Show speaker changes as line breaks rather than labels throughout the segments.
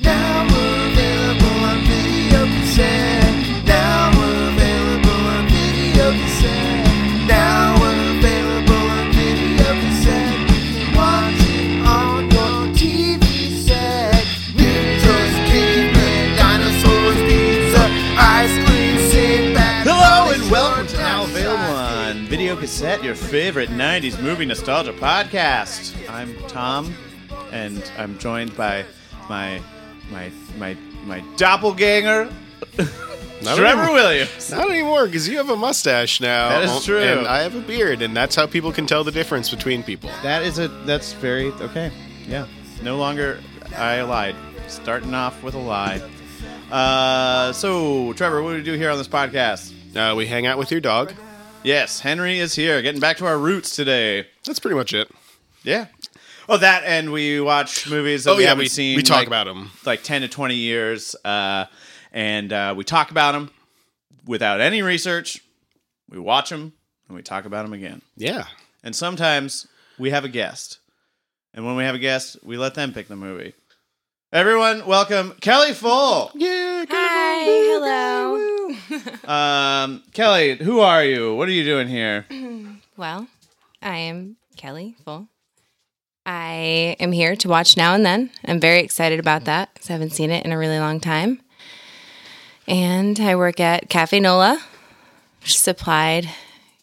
Now we're available on video cassette. Now we're available on video cassette. Now we're available on video cassette. You can watch it on your TV set. Ninjas, cavemen, dinosaurs, pizza, ice cream, sit back.
Hello and welcome to Now Available on Video Cassette, your favorite 90s movie nostalgia podcast. I'm Tom, and I'm joined by my my my my doppelganger,
Not
Trevor
anymore.
Williams.
Not anymore, because you have a mustache now.
That is
Oh,
true.
And I have a beard, and that's how people can tell the difference between people.
That is a that's very okay. Yeah, no longer I lied. Starting off with a lie. Uh, so Trevor, what do we do here on this podcast?
Uh, we hang out with your dog.
Yes, Henry is here. Getting back to our roots today.
That's pretty much it.
Yeah. Oh, that and we watch movies that we haven't
we,
seen.
we talk
like-
about him.
like 10 to 20 years uh, and uh, we talk about them without any research we watch them and we talk about them again
Yeah.
and sometimes we have a guest and when we have a guest we let them pick the movie everyone welcome kelly full
Yeah.
Hi, hello.
um, kelly who are you what are you doing here
Well, I am Kelly Full. I am here to watch now and then. I'm very excited about that because I haven't seen it in a really long time. And I work at Cafe Nola, which supplied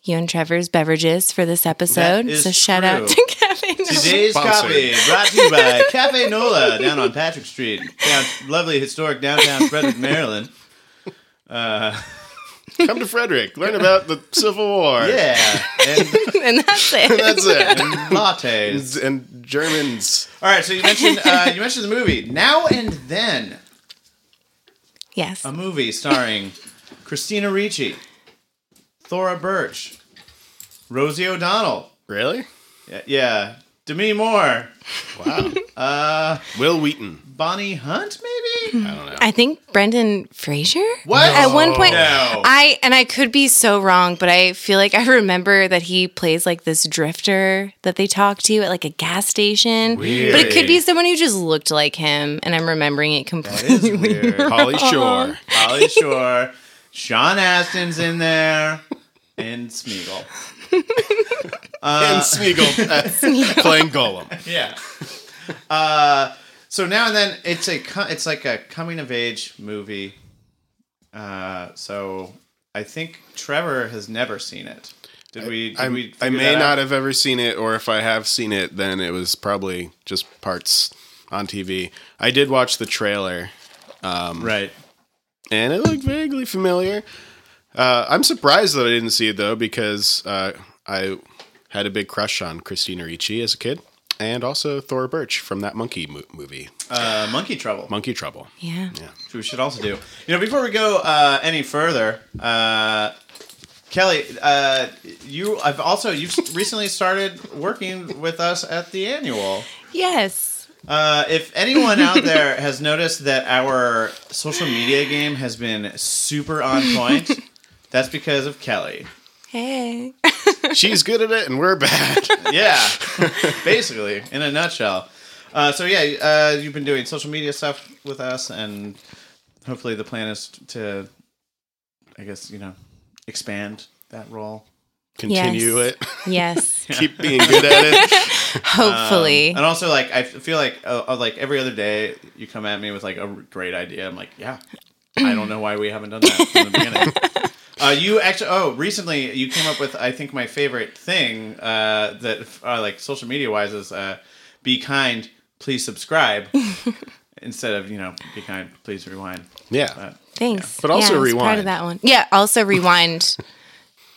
you and Trevor's beverages for this episode.
is
So shout out
true.
to Cafe Nola.
Today's
Sponsored.
copy brought to you by Cafe Nola down on Patrick Street, down, lovely historic downtown Frederick, Maryland.
Come to Frederick. Learn about the Civil War.
Yeah, and
and that's it.
That's it.
lattes.
and Germans.
All right, so you mentioned uh, you mentioned the movie Now and Then,
yes.
a movie starring Christina Ricci, Thora Birch, Rosie O'Donnell,
Really?
yeah, yeah Demi Moore,
Wow. uh, Will Wheaton.
Bonnie Hunt, maybe.
I don't know.
I think Brendan Fraser.
What?
At one point,
No.
I and I could be so wrong, but I feel like I remember that he plays like this drifter that they talk to at like a gas station. But it could be someone who just looked like him, and I'm remembering it
That
completely.
is weird.
Polly Shore.
Polly Shore, Sean Astin's in there, and Smeagol.
and Smeagol uh, playing Golem.
Yeah. Uh, so now and then it's a co- it's like a coming of age movie. Uh, so I think Trevor has never seen it. Did we? Did
I,
we
I
figure
may
that
not
out?
have ever seen it, or if I have seen it, then it was probably just parts on TV. I did watch the trailer,
Right.
and it looked vaguely familiar. Uh, I'm surprised that I didn't see it though, because uh, I had a big crush on Christina Ricci as a kid, and also Thora Birch from that Monkey mo- movie,
Uh, Monkey Trouble.
Monkey Trouble.
yeah.
which we should also do. You know, before we go uh, any further, uh, Kelly, uh, you I've also you've recently started working with us at the annual.
Yes.
Uh, if anyone out there has noticed that our social media game has been super on point, that's because of Kelly.
Hey.
She's good at it, and we're bad.
Yeah, basically, in a nutshell. Uh, so yeah, uh, you've been doing social media stuff with us, and hopefully the plan is to, I guess you know, expand that role.
Continue
Yes.
it.
Yes.
Keep being good at it.
Hopefully.
Um,
And also, like, I feel like uh, uh, like every other day you come at me with like a great idea. I'm like, yeah, I don't know why we haven't done that from the beginning. Uh, you actually, oh, recently you came up with I think my favorite thing uh, that uh, like social media wise is uh, be kind, please subscribe. Instead of you know, be kind, please rewind.
Yeah.
Thanks.
But also
Yeah, I was Proud
rewind.
of that one. Yeah. Also rewind,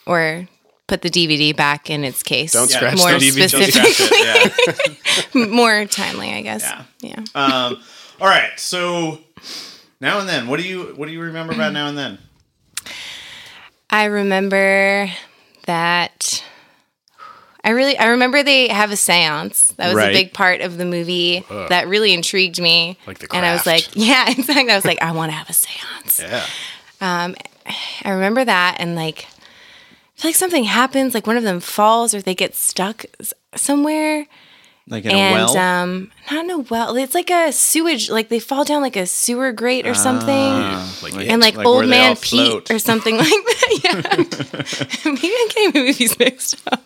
or put the DVD back in its case.
Don't
Yeah.
scratch
More
the DVD.
Don't scratch it. Yeah.
More timely, I guess.
Yeah.
Yeah.
Um, all right. So now and then, what do you what do you remember about now and then?
I remember that I really I remember they have a séance. That was
Right.
a big part of the movie that really intrigued me.
Like the
And I was like,
craft.
yeah, exactly. I was like, I want to have a séance.
Yeah.
I remember that and like I feel like something happens like one of them falls or they get stuck s- somewhere
Like in
and
a well.
uh,
um not in a well. It's like a sewage like they fall down like a sewer
Ah.
grate or something.
Like,
and
like
like,
where
old
they all
man Pete
float.
or something like that. Yeah. Maybe I'm getting the movies mixed up.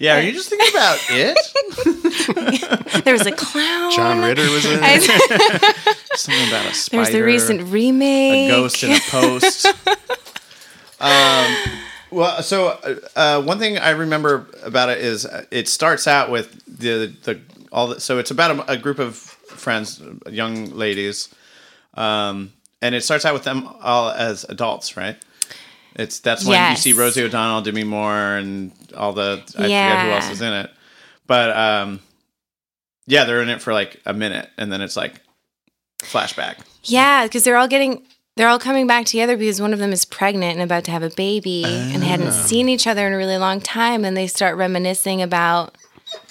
yeah, are you just thinking about it?
There was a clown.
John Ritter was in. it.
uh, I-
Something about a spider.
There's the recent
a
remake.
ghost in a post. um, well, so uh, uh, one thing I remember about it is uh, it starts out with the the all. The, so it's about a, a group of friends, young ladies, um, and it starts out with them all as adults, right? It's that's when
Yes.
you see Rosie O'Donnell, Demi Moore, and all the I forget who
Yeah.
else is in it, but um, yeah, they're in it for like a minute, and then it's like flashback.
Yeah, because they're all getting they're all coming back together because one of them is pregnant and about to have a baby and they hadn't
Ah.
seen each other in a really long time and they start reminiscing about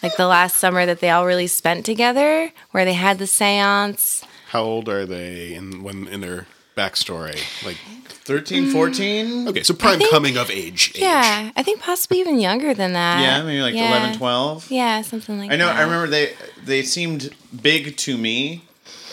like the last summer that they all really spent together where they had the séance.
How old are they in when in their backstory? Like
13, 14?
okay, so prime coming of age. age.
Yeah, I think possibly even younger than that.
Yeah, maybe like
Yeah.
eleven, twelve. 11, 12.
Yeah, something like
I know.
that.
I remember they they seemed big to me,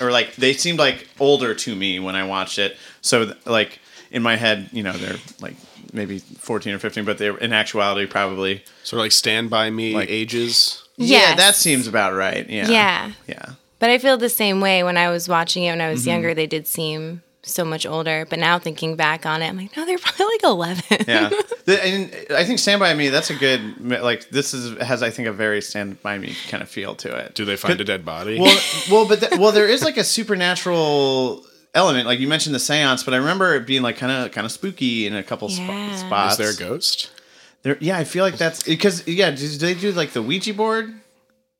or like they seemed like older to me when I watched it. So th- like in my head, you know, they're like maybe fourteen or fifteen, but they're in actuality probably.
Sort of like Stand by Me ages.
Yeah,
Yes.
that seems about right. Yeah.
Yeah.
Yeah.
But I feel the same way when I was watching it when I was
Mm-hmm.
younger. They did seem so much older. But now thinking back on it, I'm like, no, they're probably like 11.
Yeah, The- and I think Stand by Me. That's a good like. This is has I think a very Stand by Me kind of feel to it.
Do they find a dead body?
well, well, but th- well, there is like a supernatural element. Like you mentioned the séance, but I remember it being like kind of kind of spooky in a couple sp-
Yeah. Is
spots.
is there a ghost?
There- yeah, I feel like that's because yeah, do they do like the Ouija board?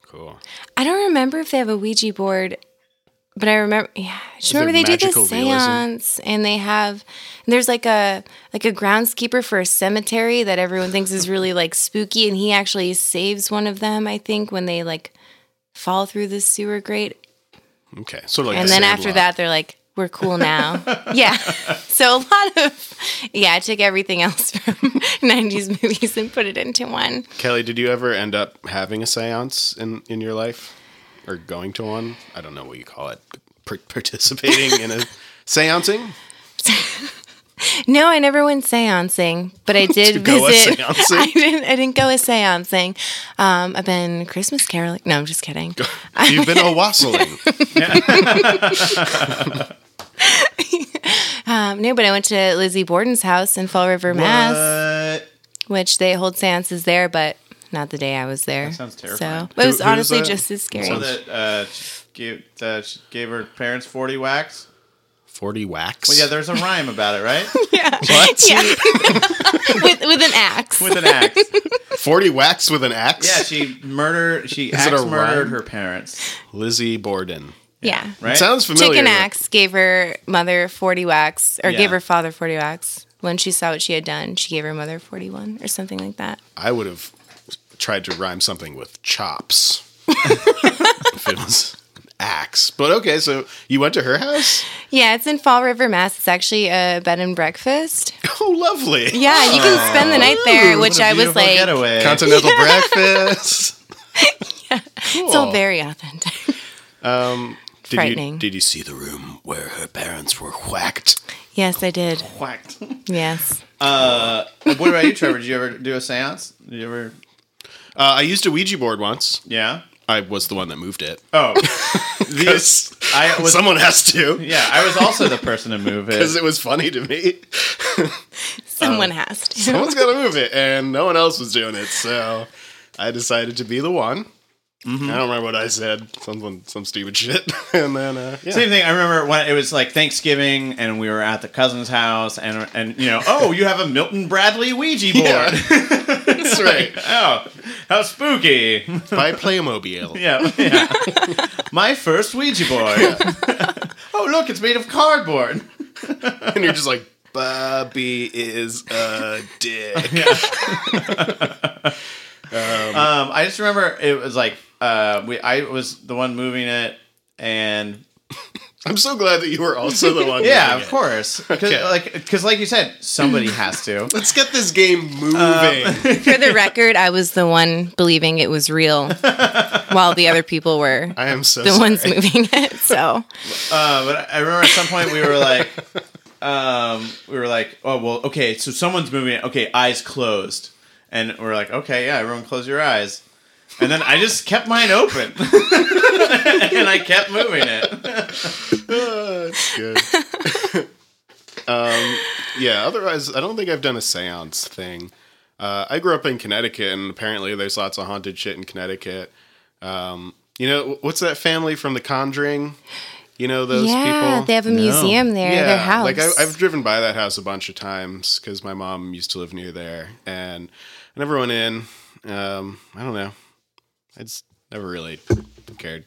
Cool.
I don't remember if they have a Ouija board, but I remember. Yeah, I just
there
remember they do the
magical realism?
seance, and they have. And there's like a like a groundskeeper for a cemetery that everyone thinks is really like spooky, and he actually saves one of them. I think when they like fall through the sewer grate,
Okay, sort of like.
and
the
then after
Sandlot.
that, they're like, "We're cool now." yeah. So a lot of yeah, I took everything else from '90s movies and put it into one.
Kelly, did you ever end up having a séance in in your life, or going to one? I don't know what you call it. Par- participating in a séancing.
No, I never went seancing, but I
To
did
go a
visit.
seancing?
I didn't. I didn't go a seancing. Um, I've been Christmas caroling. No, I'm just kidding.
You've been a wassailing.
Um, no, but I went to Lizzie Borden's house in Fall River, Mass,
What?
which they hold seances there, but not the day I was there.
sounds terrifying.
So but it
Who-
was
who's
honestly
that?
just as scary.
So that uh, she gave uh, she gave her parents forty whacks.
Forty wax.
Well, yeah, there's a rhyme about it, right?
Yeah. with with an axe.
With an axe.
forty wax with an axe.
Yeah, she murdered. She
it
axe
a
murdered
rhyme?
her parents.
Lizzie Borden.
yeah.
Right.
Sounds familiar.
Chicken
but-
axe gave her mother forty wax, or
Yeah.
gave her father forty wax. When she saw what she had done, she gave her mother forty one or something like that.
I would have tried to rhyme something with chops if it was an axe. But okay, so you went to her house?
Yeah, it's in Fall River, Mass. It's actually a bed and breakfast.
Oh, lovely.
Yeah, you can spend the night there,
Ooh,
which
what a
I was
beautiful
like,
getaway.
Continental breakfast.
it's all very authentic.
did
frightening.
You, did you see the room where her parents were whacked?
Yes, I did.
Whacked.
Yes.
Uh, what about you, Trevor? Did you ever do a séance? Did you ever?
Uh, I used a Ouija board once.
Yeah.
I was the one that moved it.
Oh,
Because
I was.
someone has to.
yeah, I was also the person to move
Because
it.
it was funny to me.
Someone
Uh,
has to.
Someone's got to move it, and no one else was doing it. So I decided to be the one.
Mm-hmm.
I don't remember what I said. Something, some stupid shit. and then, uh, yeah.
Same thing. I remember when it was like Thanksgiving, and we were at the cousin's house, and and you know, oh, you have a Milton Bradley Ouija board.
That's right.
Oh, how spooky!
By Playmobil.
Yeah, yeah. My first Ouija board. oh, look, it's made of cardboard.
And you're just like, Bobby is a dick.
Um, I just remember it was like uh, we. I was the one moving it, and
I'm so glad that you were also the one.
yeah,
doing
of
it.
course, because
Okay.
like because like you said, somebody has to.
Let's get this game moving.
Um,
For the record, I was the one believing it was real, while the other people were
I am so
the
sorry.
ones moving it. So
Uh, but I remember at some point we were like, um, we were like, oh well, okay, so someone's moving it. Okay, eyes closed, and we're like, okay, yeah, everyone close your eyes, and then I just kept mine open, and I kept moving it.
That's good. um, yeah, otherwise, I don't think I've done a seance thing. Uh, I grew up in Connecticut, and apparently there's lots of haunted shit in Connecticut. Um, you know, what's that family from The Conjuring? You know, those
yeah,
people?
they have a museum there,
yeah,
their house.
Like I, I've driven by that house a bunch of times because my mom used to live near there, and I never went in. Um, I don't know. I just never really cared.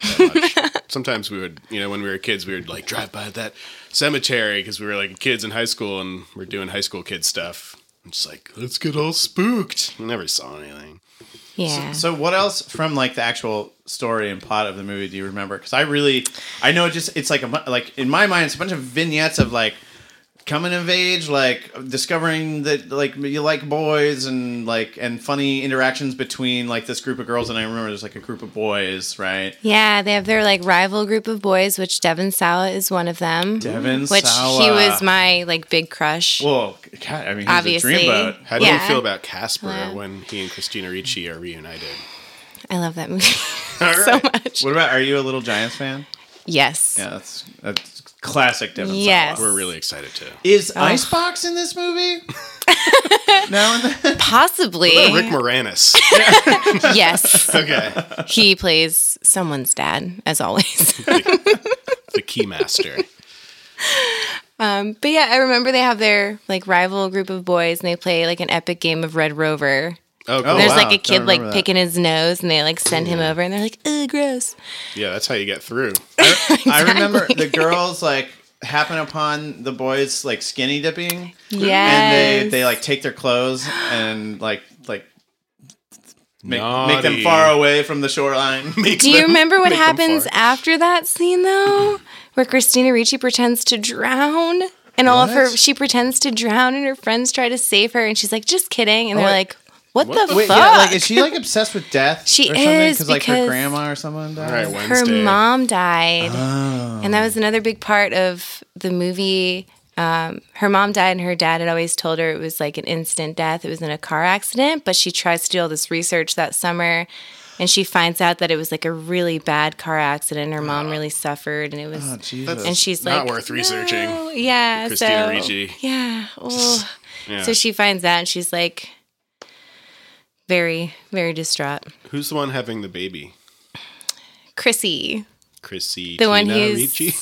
That much. Sometimes we would, you know, when we were kids, we would like drive by that cemetery because we were like kids in high school and we're doing high school kid stuff. I'm just like, let's get all spooked. I never saw anything.
yeah.
So what else from like the actual story and plot of the movie do you remember? Because I really, I know it just it's like a bu- like in my mind it's a bunch of vignettes of like coming of age, like discovering that like you like boys and like and funny interactions between like this group of girls and I remember there's like a group of boys, right?
Yeah, they have their like rival group of boys, which Devin Sawa is one of them.
Devin
which he
Sawa.
was my like big crush.
Well, God, I mean, he's
Obviously.
a dreamboat.
How do
Yeah.
you feel about Casper when he and Christina Ricci are reunited?
I love that movie
All
so much.
What about? Are you a little Giants fan?
Yes.
Yeah, that's that's classic Devin. Sawa.
Yes. Oh.
We're really excited to.
Is Icebox in this movie? now and then.
Possibly.
Rick Moranis.
yes.
Okay.
He plays someone's dad, as always.
the keymaster.
Um, but yeah, I remember they have their like rival group of boys and they play like an epic game of Red Rover.
Oh,
Oh,
cool.
There's
wow.
like a
Don't
kid like
remember that.
picking his nose and they like send him over and they're like, ugh, gross.
yeah, that's how you get through.
I remember the girls like happen upon the boys like skinny dipping,
Yes.
and they they like take their clothes and like like make,
Naughty.
make them far away from the shoreline.
Do you remember what
make them
happens
fart.
after that scene though? Where Christina Ricci pretends to drown and all of her
What?
she pretends to drown and her friends try to save her and she's like, just kidding. And they're
wait.
like, What, the
Wait,
fuck?
yeah, like is she like obsessed with death?
She
or something?
is,
like her
because-
grandma or someone died.
All right,
her
Wednesday.
mom died. And that was another big part of the movie. Um, her mom died, and her dad had always told her it was like an instant death. It was in a car accident, but she tries to do all this research that summer. And she finds out that it was like a really bad car accident. Her mom really suffered, and it was.
Oh, Jesus.
and she's
Not
like,
worth researching.
"No." Yeah,
Christina
so,
Ricci.
Yeah. oh.
Yeah.
So she finds that, and she's like, very, very distraught.
Who's the one having the baby?
Chrissy,
Chrissy.
the one
Tina
who's
Ricci?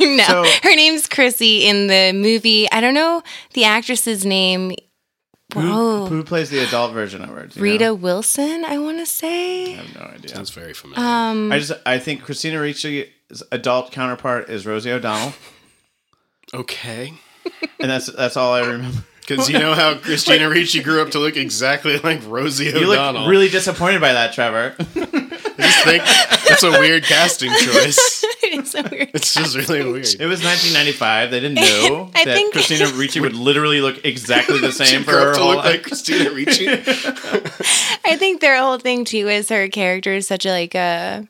no,
So-
her name's Chrissy in the movie. I don't know the actress's name.
who,
Whoa,
who plays the adult version of her? do you
Rita
know?
Wilson. I want to say.
I have no idea.
Sounds very familiar.
Um, Mm.
I just I think Christina Ricci's adult counterpart is Rosie O'Donnell,
okay.
and that's that's all I remember.
Because you know how Christina Ricci grew up to look exactly like Rosie
You
O'Donnell.
look really disappointed by that, Trevor.
I just think that's a weird casting choice.
It's so weird.
It's just really weird.
It was 1995. They didn't know
I
that
think-
Christina Ricci would literally look exactly the same
She
for
grew
her
up to
whole
look
life.
like Christina Ricci.
I think their whole thing too is her character is such a like a.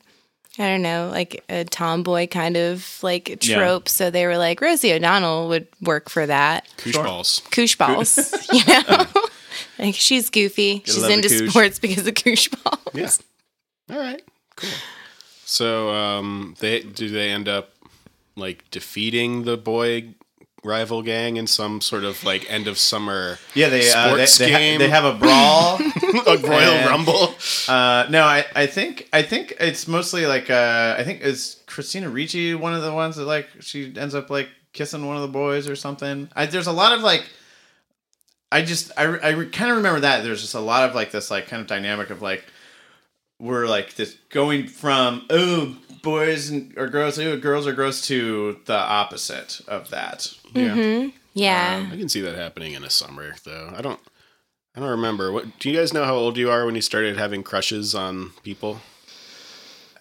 I don't know, like a tomboy kind of like trope. So they were like, Rosie O'Donnell would work for that.
Koosh balls.
Koosh balls, you know? like she's goofy. She's
love the
into
koosh.
sports because of koosh balls.
Yeah. All right. Cool. So, um, they do they end up like defeating the boy rival gang in some sort of like end of summer
Yeah, they uh, they,
Sports
they, ha-
game.
they have a brawl.
a royal
And-
rumble?
uh, no, I, I think I think it's mostly like uh, I think is Christina Ricci one of the ones that like she ends up like kissing one of the boys or something. I, there's a lot of like. I just I, I kind of remember that there's just a lot of like this like kind of dynamic of like we're like this going from oh boys and or girls oh girls are gross to the opposite of that
Yeah.
Mm-hmm. Yeah.
Um, I can see that happening in a summer though. I don't I don't remember. What do you guys know how old you are when you started having crushes on people?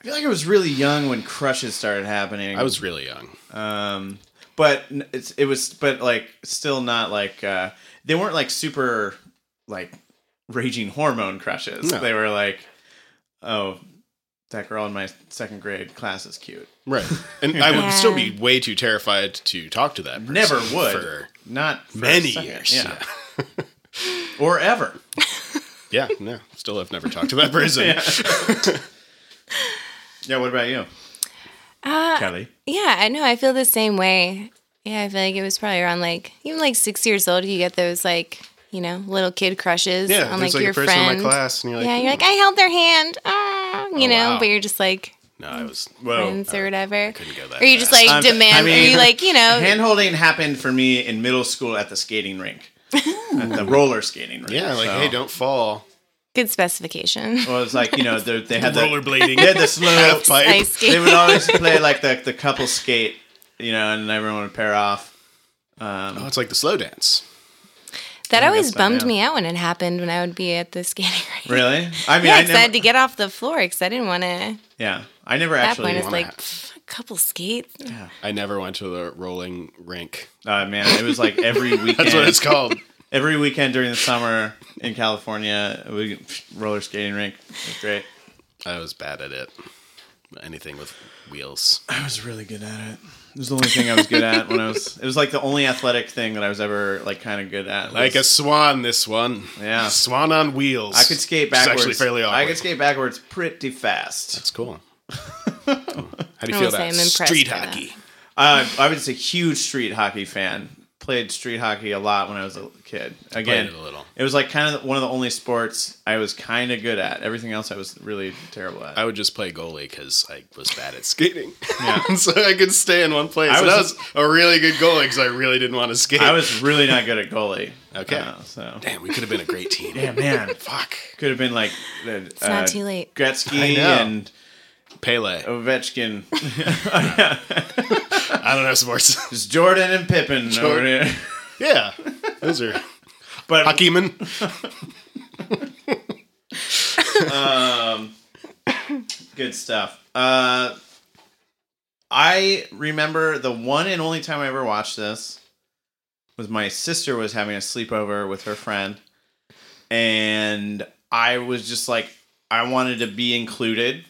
I feel like I was really young when crushes started happening.
I was really young.
um, but n- it's it was, but like still not like uh, they weren't like super like raging hormone crushes.
No.
They were like, oh, that girl in my second grade class is cute.
Right. And I
Yeah.
would still be way too terrified to talk to that person.
Never would.
For
not for a
many
second.
years.
yeah, or ever.
Yeah, no. Still have never talked to that person.
Yeah. What about you, Kelly?
Yeah, I know. I feel the same way. Yeah, I feel like it was probably around like even like six years old. You get those like you know little kid crushes
Yeah,
on like
there's like,
your
a person
friend.
in my class, and you're like, Oh,
yeah, you're like I held their hand. Ah, you know,
wow.
but you're just like
no, I was
friends
Oh,
or whatever.
couldn't go that.
Or you just like
I'm-
demand,
I mean,
or you like you know,
Hand holding happened for me in middle school at the skating rink, at the roller skating rink.
yeah, like
So
hey, don't fall.
good specification.
It was like you know they, they had the
Rollerblading.
they had the slow.
Pipe.
Ice
They
skating.
would always play like the the couple skate, you know, and everyone would pair off.
Oh,
Um,
it's like the slow dance.
That always
guess I
bummed
know.
me out when it happened when I would be at the skating rink.
really? I mean,
Yeah,
I
because I, had
never.
to get off the floor because I didn't want to. At
Yeah, I never
that
actually.
point, it's
wanna
like
have-
pff, a couple skates.
I never went to the rolling rink.
uh, man, it was like every weekend.
That's what it's called.
Every weekend during the summer in California, we roller skating rink. It's great.
I was bad at it. Anything with wheels.
I was really good at it. It was the only thing I was good at when I was. It was like the only athletic thing that I was ever like kind of good at.
Like a
was-
swan, this one.
Yeah.
Swan on wheels.
I could skate
It's
backwards.
actually fairly awkward.
I could skate backwards pretty fast.
It's cool. How do you
I
feel
will say
about
I'm impressed
street
by that.
hockey?
Uh, I was a huge street hockey fan. Played street hockey a lot when I was a kid. Again,
it a little.
It was like kind of one of the only sports I was kind of good at. Everything else I was really terrible at.
I would just play goalie because I was bad at skating. so I could stay in one place.
I
And I was,
was-
a really good goalie because I really didn't want to skate.
I was really not good at goalie.
Okay.
Uh, so
Damn, we could have been a great team.
yeah, man,
Fuck.
could have been like uh, it's
not too late.
Gretzky
I know.
and
Pele.
Ovechkin.
I don't know sports.
It's Jordan and Pippen
Jordan.
over here.
yeah. Those are
But
hockeymen.
good stuff. Uh, I remember the one and only time I ever watched this was my sister was having a sleepover with her friend, and I was just like, I wanted to be included.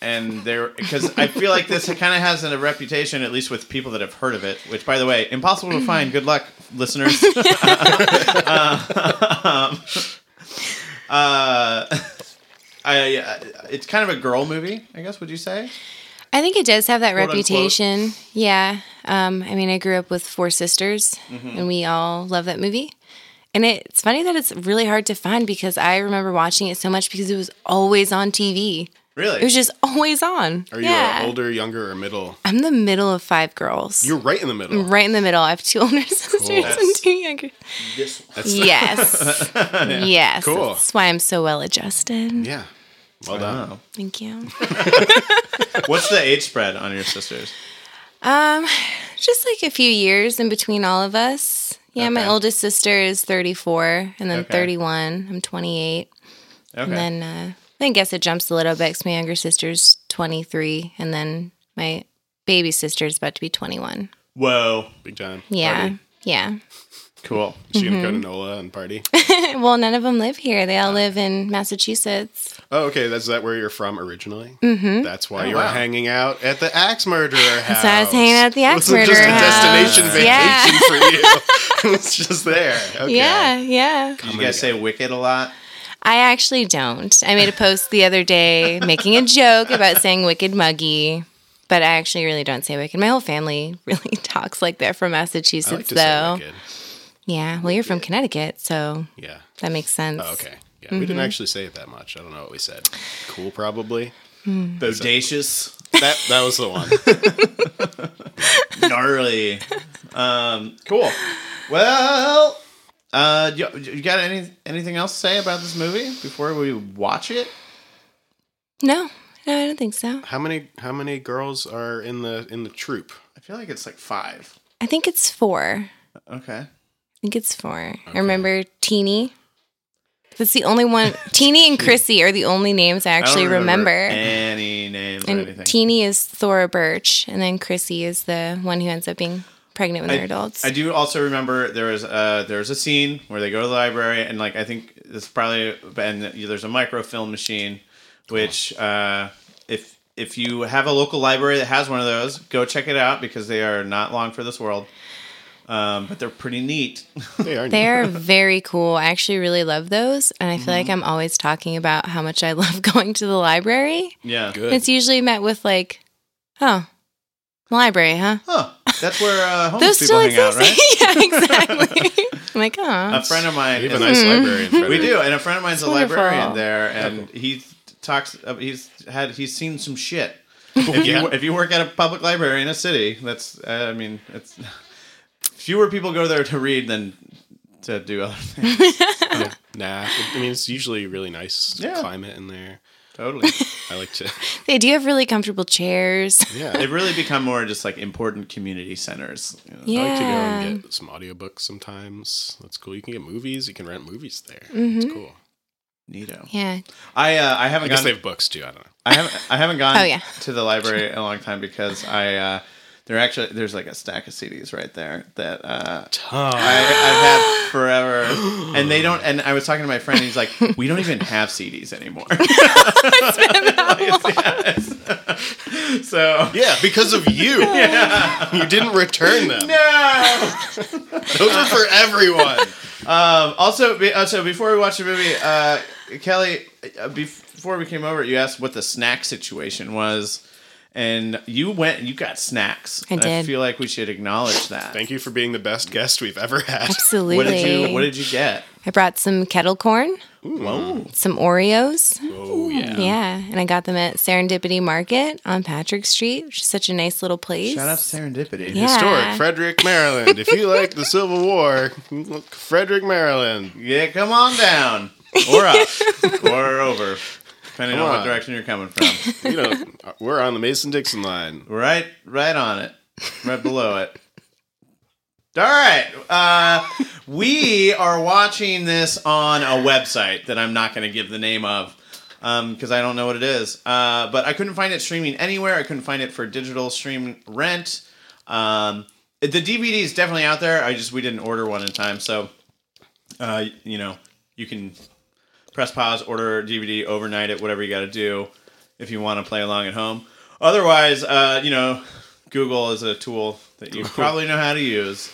And there, because I feel like this kind of has a reputation, at least with people that have heard of it. Which, by the way, impossible to find. Good luck, listeners. Um, uh, I, uh, it's kind of a girl movie, I guess. Would you say?
I think it does have that
Quote, unquote.
reputation. Yeah. Um, I mean, I grew up with four sisters,
Mm-hmm.
and we all love that movie. And it's funny that it's really hard to find because I remember watching it so much because it was always on TV.
Really?
It was just always on.
Are you
yeah.
uh, older, younger, or middle?
I'm the middle of five girls.
You're right in the middle.
right in the middle. I have two older sisters and
That's-
two younger.
this
Yes. Yes.
Cool.
That's why I'm so well adjusted.
Yeah. Well done.
Oh.
Thank you.
What's the age spread on your sisters?
Um, just like a few years in between all of us. Yeah, my
Okay.
oldest sister is 34 and then
Okay.
31. I'm 28.
Okay.
And then uh, I guess it jumps a little bit 'cause my younger sister's 23. And then my baby sister is about to be 21.
Whoa.
Big time.
Yeah. Mm-hmm.
Party.
Yeah.
Cool.
Is she going to go to NOLA and party?
well, none of them live here. They all live in Massachusetts.
Oh, okay. That's that where you're from originally. Mm-hmm. That's why you were
Oh, wow.
hanging out at the axe murderer house.
So I was hanging out at the
It
axe
wasn't
murderer.
just a
house.
destination vacation
Yeah.
for you. It's just there. Okay.
Yeah, yeah.
Did you guys say wicked a lot?
I actually don't. I made a post the other day making a joke about saying wicked muggy, but I actually really don't say wicked. My whole family really talks like they're from
I
Massachusetts,
like to
though.
say wicked.
Yeah, well, you're from Connecticut, so
Yeah.
that makes sense.
Oh, okay. Yeah, we
Mm-hmm.
didn't actually say it that much. I don't know what we said. Cool, probably.
Bodacious,
That that was the one.
gnarly. um, cool. Well, uh, you, you got any anything else to say about this movie before we watch it?
No, no, I don't think so.
how many how many girls are in the in the troop?
I feel like it's like five.
I think it's four. I
Okay.
think it's four. I remember Teeny. That's the only one. Teeny and Chrissy are the only names I
I don't
actually remember.
any names or anything.
And Teeny is Thora Birch, and then Chrissy is the one who ends up being pregnant when
I-
they're adults.
I do also remember there was uh there was a scene where they go to the library and like I think it's probably and there's a microfilm machine, which
Oh.
uh, if if you have a local library that has one of those, go check it out because they are not long for this world. Um, but they're pretty neat.
They are.
They are very cool. I actually really love those, and I feel like
Mm-hmm.
I'm always talking about how much I love going to the library.
yeah.
good.
It's usually met with like, "Oh, library, huh?"
Huh. That's where uh, homeless
Those
people
still
hang
exist.
out, right?
yeah, exactly. I'm like,
A
"Oh,
friend of mine.
We have a
is-
nice library in Frederick.
We do, and a friend of mine's a
wonderful.
librarian there, and he talks. uh, He's had he's seen some shit. If you, if you work at a public library in a city, that's uh, I mean, it's fewer people go there to read than to do other things.
Nah, it- I mean it's usually really nice
Yeah.
climate in there.
Totally,
I like to.
they do have really comfortable chairs."
Yeah,
they've really become more just like important community centers. you know.
I like to go
Yeah.
and get some audiobooks sometimes. That's cool. You can get movies. You can rent movies there. It's
Mm-hmm.
cool.
Neato.
Yeah.
I uh, I haven't
I guess
gotten
they have books too. I don't know.
I haven't I haven't gone
Oh, yeah.
to the library in a long time because I uh, there actually there's like a stack of CDs right there that uh, I, I've had forever, and they don't. And I was talking to my friend, and he's like, "We don't even have CDs anymore." so
Yeah, because of you. You didn't return them. Those are for everyone.
um, also be- uh, so before we watch the movie, uh, Kelly, uh, before we came over, you asked what the snack situation was. And you went. You got snacks.
I
And I
did.
feel like we should acknowledge that.
Thank you for being the best guest we've ever had.
Absolutely.
What did you What did you get?
I brought some kettle corn,
Whoa.
some Oreos.
Oh yeah.
Yeah, and I got them at Serendipity Market on Patrick Street, which is such a nice little place.
Shout out to Serendipity.
Yeah.
Historic Frederick, Maryland. If you like the Civil War, look, Frederick, Maryland.
Yeah, come on down. Or up. or over. Depending
Come
on what
on.
direction you're coming from.
You know, we're on the Mason-Dixon line.
right right on it. Right below it. All right. Uh, we are watching this on a website that I'm not going to give the name of because I don't know what it is. Uh, but I couldn't find it streaming anywhere. I couldn't find it for digital stream rent. Um, the DVD is definitely out there. I just we didn't order one in time, so uh, you know you can press pause, order DVD, overnight it, whatever you got to do if you want to play along at home. Otherwise, uh, you know, Google is a tool that you probably know how to use.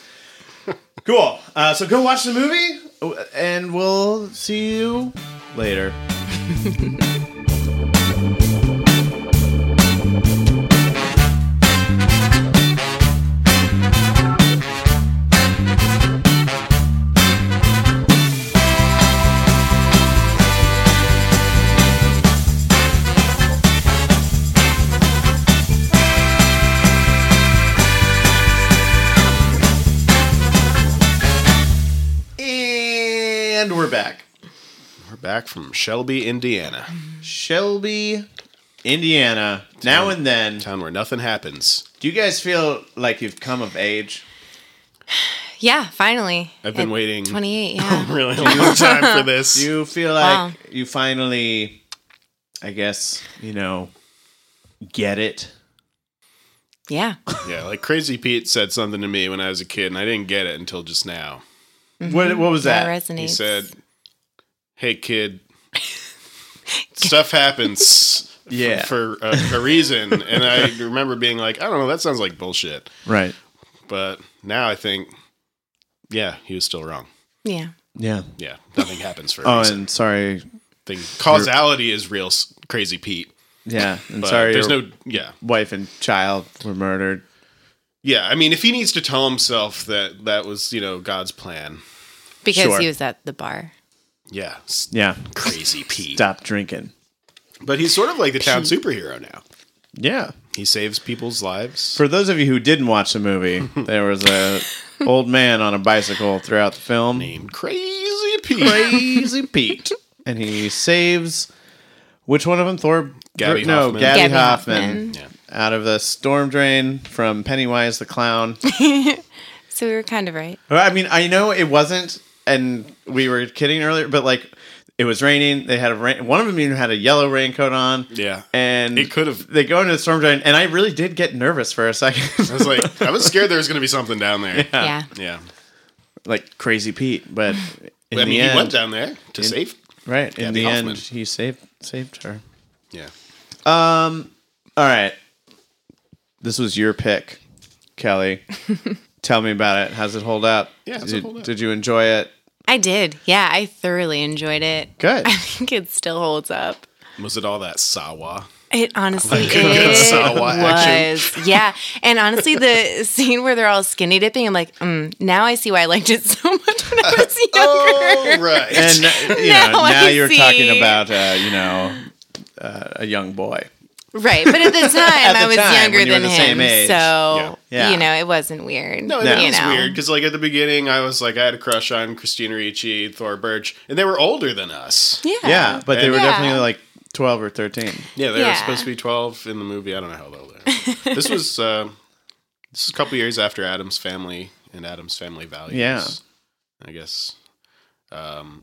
Cool. Uh, so go watch the movie, and we'll see you later. And we're back.
We're back from Shelby, Indiana,
Shelby, Indiana. Now and then,
town where nothing happens.
do you guys feel like you've come of age?
Yeah, finally.
I've been
At
waiting Oh,
28, yeah.
really long time for this.
Do you feel like
Wow.
you finally, I guess, you know, get it?
yeah.
Yeah, like Crazy Pete said something to me when I was a kid, and I didn't get it until just now.
What, what was
That
that?
resonates.
He said, "Hey, kid, stuff happens."
Yeah.
For a, a reason. And I remember being like, I don't know, that sounds like bullshit.
Right.
But now I think, yeah, he was still wrong.
yeah.
Yeah.
Yeah, nothing happens for a
Oh,
reason.
and sorry.
Thing. Causality is real s- crazy Pete.
Yeah, and
But
sorry.
there's
your
no, yeah.
wife and child were murdered.
Yeah, I mean, if he needs to tell himself that that was, you know, God's plan,
Because
Sure.
he was at the bar.
yeah, s-
Yeah,
crazy Pete.
stop drinking.
But he's sort of like the town superhero now.
Yeah.
He saves people's lives.
For those of you who didn't watch the movie, there was a old man on a bicycle throughout the film,
Named Crazy Pete.
Crazy Pete, and he saves which one of them? Thor?
Gabby
no,
Hoffman.
Gabby,
Gabby
Hoffman.
Yeah.
Out of the storm drain from Pennywise the clown.
So we were kind of right.
Well, I mean, I know it wasn't, and we were kidding earlier, but like It was raining. They had a rain. One of them even had a yellow raincoat on.
Yeah.
and
It could've-
They go into the storm drain, and I really did get nervous for a second.
I was like, I was scared there was going to be something down there. Yeah.
Yeah.
like crazy Pete, but in
I
the
mean,
end,
he went down there to save.
right? In
Gabby
the
Hoffman.
end, he saved saved her.
Yeah.
All right, this was your pick, Kelly. Tell me about it. How's it hold up?
Yeah, how's
did,
it hold up?
did you enjoy it?
I did. Yeah, I thoroughly enjoyed it.
Good.
I think it still holds up.
Was it all that Sawa?
It honestly
good
is.
Sawa action.
was. Yeah. And honestly, the scene where they're all skinny dipping, I'm like, mm, now I see why I liked it so much when I was younger.
Oh, right.
And uh, you know,
Now I
now you're
see.
talking about uh, you know uh, a young boy.
Right. But at the time, I
the
was
time,
younger
when you were
than
the
him.
same age.
So,
Yeah. Yeah.
you know, it wasn't weird.
No,
No.
that
you
was
know.
weird because, like, at the beginning, I was like, I had a crush on Christina Ricci, Thor Birch, and they were older than us.
Yeah.
Yeah, but they were
Yeah.
definitely like twelve or thirteen.
Yeah, they were
Yeah.
supposed to be 12 in the movie. I don't know how old they were. this was uh, this is a couple years after Adam's Family and Adam's Family Values.
Yeah.
I guess. Um,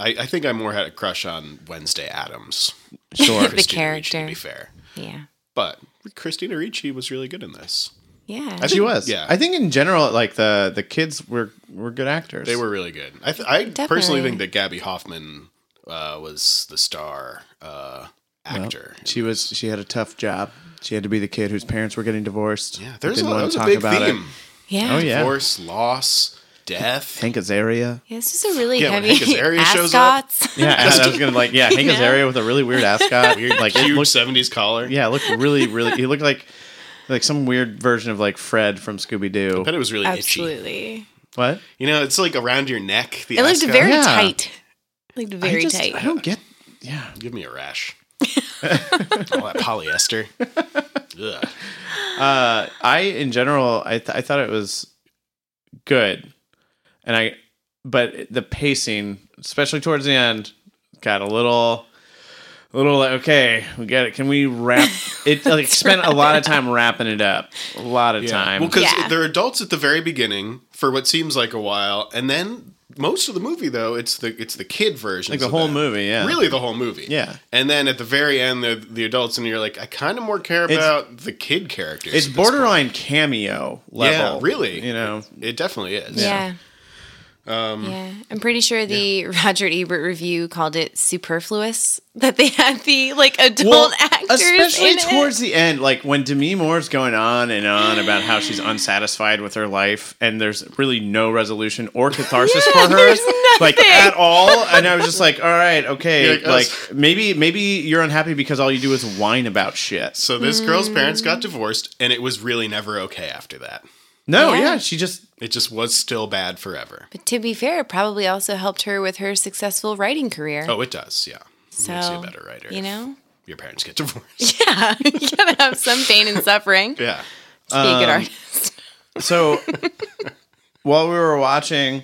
I, I think I more had a crush on Wednesday Adams.
Sure.
The
Christina Ricci,
character.
to be fair.
Yeah.
But Christina Ricci was really good in this.
Yeah.
I
She
think-
was.
Yeah.
I think in general, like the the kids were were good actors.
They were really good. I, th- I personally think that Gabby Hoffman uh, was the star uh, actor.
She was. She had a tough job. She had to be the kid whose parents were getting divorced.
yeah,
They
there's a,
didn't
that
wanna
was a big theme.
Yeah.
Oh yeah.
Divorce, loss, death.
Hank Azaria.
Yeah, This is a really
Yeah, when
heavy.
Hank Azaria shows up.
ascots.
Yeah, and I was gonna like yeah, Hank Azaria with a really weird ascot. Weird, like it
huge
looked,
70s collar.
yeah, it looked really, really. He looked like like some weird version of like Fred from Scooby Doo.
But it was really itchy.
Absolutely.
What?
You know, it's like around your neck. The
It looked
ascot.
very
Yeah.
tight. Looked very
I just,
tight.
I don't get. Yeah,
Give me a rash. All that polyester. Ugh.
uh, I in general, I th- I thought it was good, and I, but the pacing, especially towards the end, got a little, a little like okay, we get it. Can we wrap it? Like spent a lot of time wrapping it up, a lot of time.
Well, because
Yeah.
they're adults at the very beginning for what seems like a while, and then most of the movie though it's the it's the kid version,
like the whole movie, yeah.
Really, the whole movie,
Yeah.
And then at the very end, the the adults, and you're like, I kind of more care
It's-
about the kid characters.
it's
at this point.
borderline cameo level.
Yeah, really.
You know,
It definitely is.
Yeah. yeah, I'm pretty sure the Roger Ebert review called it superfluous that they had the like adult actors,
especially
in it.
towards the end, like when Demi Moore's going on and on about how she's unsatisfied with her life, and there's really no resolution or catharsis for her,
there's
like
nothing.
at all. And I was just like, all right,
You're
okay,
like,
like
us.
maybe maybe you're unhappy because all you do is whine about shit.
So this girl's parents
Hmm.
got divorced, and it was really never okay after that.
No,
Yeah.
yeah, she just
It just was still bad forever.
But to be fair, it probably also helped her with her successful writing career.
Oh, it does. Yeah,
so
makes you a better writer.
You
if
know,
your parents get divorced.
yeah, you gotta have some pain and suffering to
yeah.
be a good artist.
So while we were watching,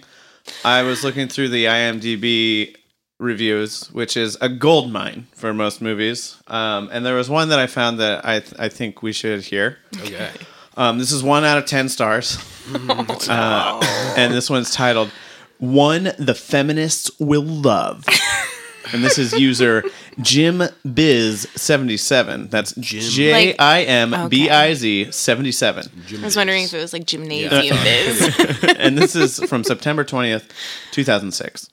I was looking through the IMDb reviews, which is a gold mine for most movies. Um, and there was one that I found that I, th- I think we should hear.
Okay.
Um, this is one out of 10 stars. Uh, and this one's titled One the Feminists Will Love. And this is user Jim Biz 77. That's J I M B I Z 77.
I was wondering if it was like gymnasium biz.
and this is from September 20th, 2006.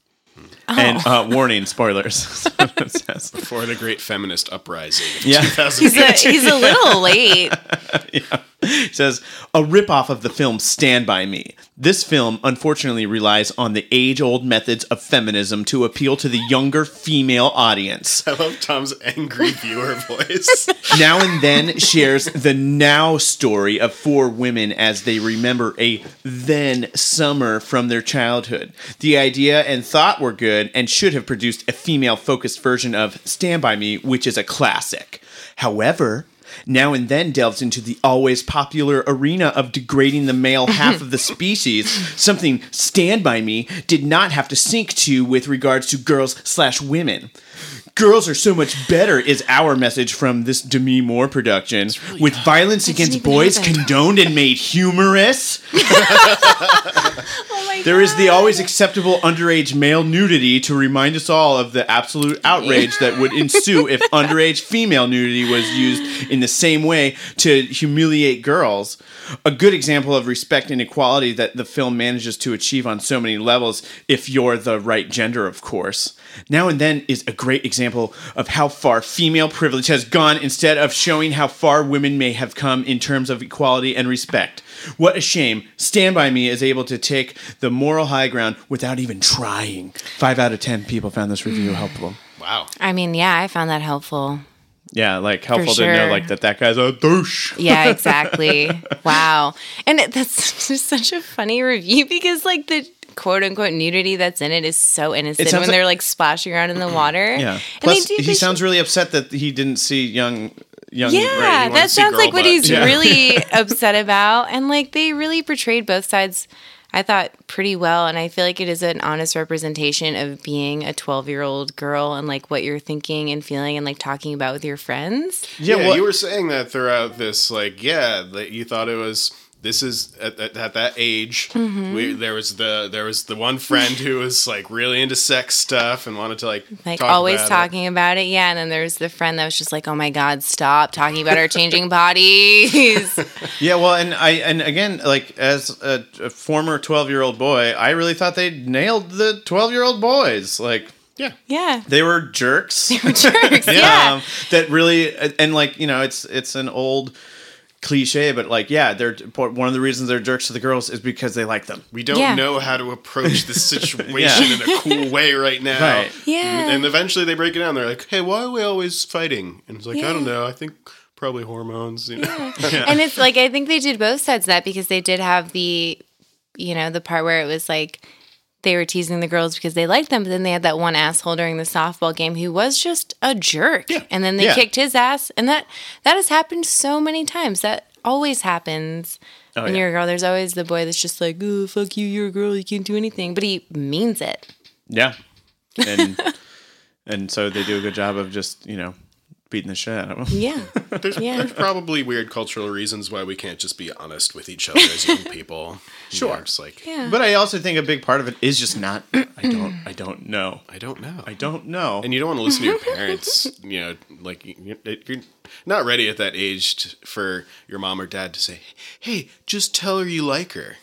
And uh, warning, spoilers. is what it says.
For the great feminist uprising.
Yeah.
he's, a, he's a little late.
It says, a ripoff of the film Stand By Me. This film unfortunately relies on the age old methods of feminism to appeal to the younger female audience.
I love Tom's angry viewer voice.
Now and then shares the now story of four women as they remember a then summer from their childhood. The idea and thought were good and should have produced a female focused version of Stand By Me, which is a classic. However, now and then delves into the always popular arena of degrading the male half of the species, something Stand By Me did not have to sink to with regards to girls slash women. Girls are so much better is our message from this Demi Moore production, with violence against
even
boys
happen.
condoned and made humorous.
Oh my
There is the always acceptable underage male nudity to remind us all of the absolute outrage that would ensue if underage female nudity was used in the same way to humiliate girls. A good example of respect and equality that the film manages to achieve on so many levels, if you're the right gender, of course. Now and then is a great example of how far female privilege has gone instead of showing how far women may have come in terms of equality and respect. What a shame. Stand By Me is able to take the moral high ground without even trying. Five out of 10 people found this
Mm.
review helpful.
Wow.
I mean, yeah, I found that helpful.
Yeah, like helpful
For
to know
sure.
like that that guy's a douche.
Yeah, exactly. wow. And it, that's just such a funny review because, like, the quote unquote nudity that's in it is so innocent
sounds
when
like-
they're like splashing around in the water.
Yeah.
And
Plus,
they do,
he
they
sounds really upset that he didn't see young young
Yeah,
wanted to
that
see
sounds
girl
like what
butt.
he's
Yeah.
really upset about. And like they really portrayed both sides, I thought, pretty well. And I feel like it is an honest representation of being a 12 year old girl and like what you're thinking and feeling and like talking about with your friends.
Yeah,
well-
you were saying that throughout this, like, yeah, that you thought it was. This is at, at, at that age.
Mm-hmm.
We, there was the there was the one friend who was like really into sex stuff and wanted to like
Like
talk
always
about it.
talking about it. Yeah. And then there was the friend that was just like, oh my God, stop talking about our changing bodies.
Yeah, well, and I and again, like as a, a former twelve-year-old boy, I really thought they nailed the twelve-year-old boys. Like
Yeah,
yeah.
they were jerks.
Jerks. Yeah.
Um, that really and like you know, it's it's an old cliche, but like yeah, they're one of the reasons they're jerks to the girls is because they like them.
we don't
Yeah.
know how to approach this situation
Yeah.
in a cool way right now.
Right.
Yeah.
and eventually they break it down. They're like, "Hey, why are we always fighting?" And it's like, "I don't
Yeah.
know. I think probably hormones." You know?
and it's like I think they did both sides of that because they did have the you know the part where it was like they were teasing the girls because they liked them, but then they had that one asshole during the softball game who was just a jerk, and then they
Yeah.
kicked his ass, and that that has happened so many times. That always happens.
Oh,
when
yeah.
you're a girl, there's always the boy that's just like, oh, fuck you, you're a girl, you can't do anything. But he means it.
Yeah, and and so they do a good job of just you know beating the shit out of them.
Yeah.
There's,
Yeah.
there's probably weird cultural reasons why we can't just be honest with each other as young people. Sure, it's like
Yeah.
But I also think a big part of it is just not. I don't. I don't know.
I don't know.
I don't know.
and you don't want to listen to your parents. you know, like you- you're, you're not ready at that age t for your mom or dad to say, "Hey, just tell her you like her."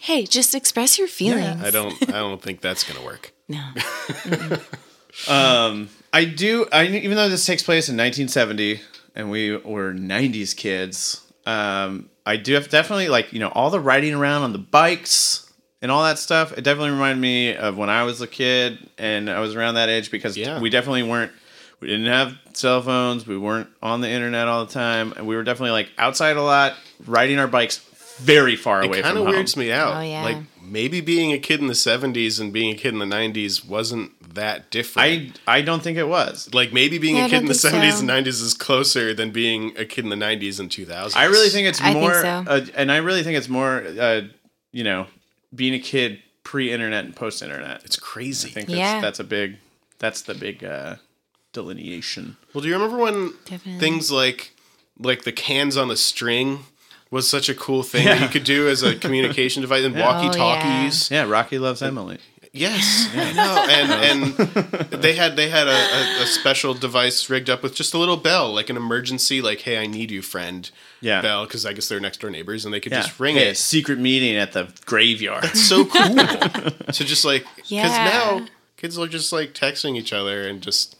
hey, just express your feelings.
I don't. I don't think that's gonna work.
No.
I do. I even though this takes place in 1970 and we were 90s kids, um, I do have definitely like you know all the riding around on the bikes and all that stuff. It definitely reminded me of when I was a kid and I was around that age because
Yeah.
we definitely weren't. We didn't have cell phones. We weren't on the internet all the time, and we were definitely like outside a lot, riding our bikes very far away from
It kind of
home.
weirds me out.
Oh, yeah.
Like maybe being a kid in the '70s and being a kid in the '90s wasn't that different.
I I don't think it was.
like maybe being
Yeah, I
a kid in
don't
the
think
70s
so.
and 90s is closer than being a kid in the 90s and 2000s.
I really think it's
I think
more,
so.
uh, and I really think it's more, uh, you know, being a kid pre-internet and post-internet.
it's crazy.
I think that's,
Yeah.
that's a big, that's the big uh, delineation.
Well, do you remember when
Definitely.
things like like the cans on a string was such a cool thing that you could do as a communication device and
Oh,
walkie-talkies?
Yeah, Rocky loves Emily.
Yes, I know. And and they had they had a, a, a special device rigged up with just a little bell, like an emergency, like "Hey, I need you, friend."
Yeah.
bell because I guess they're next door neighbors, and they could
Yeah,
just ring
Hey,
it.
Secret meeting at the graveyard.
so cool to just like because
Yeah.
now kids are just like texting each other and just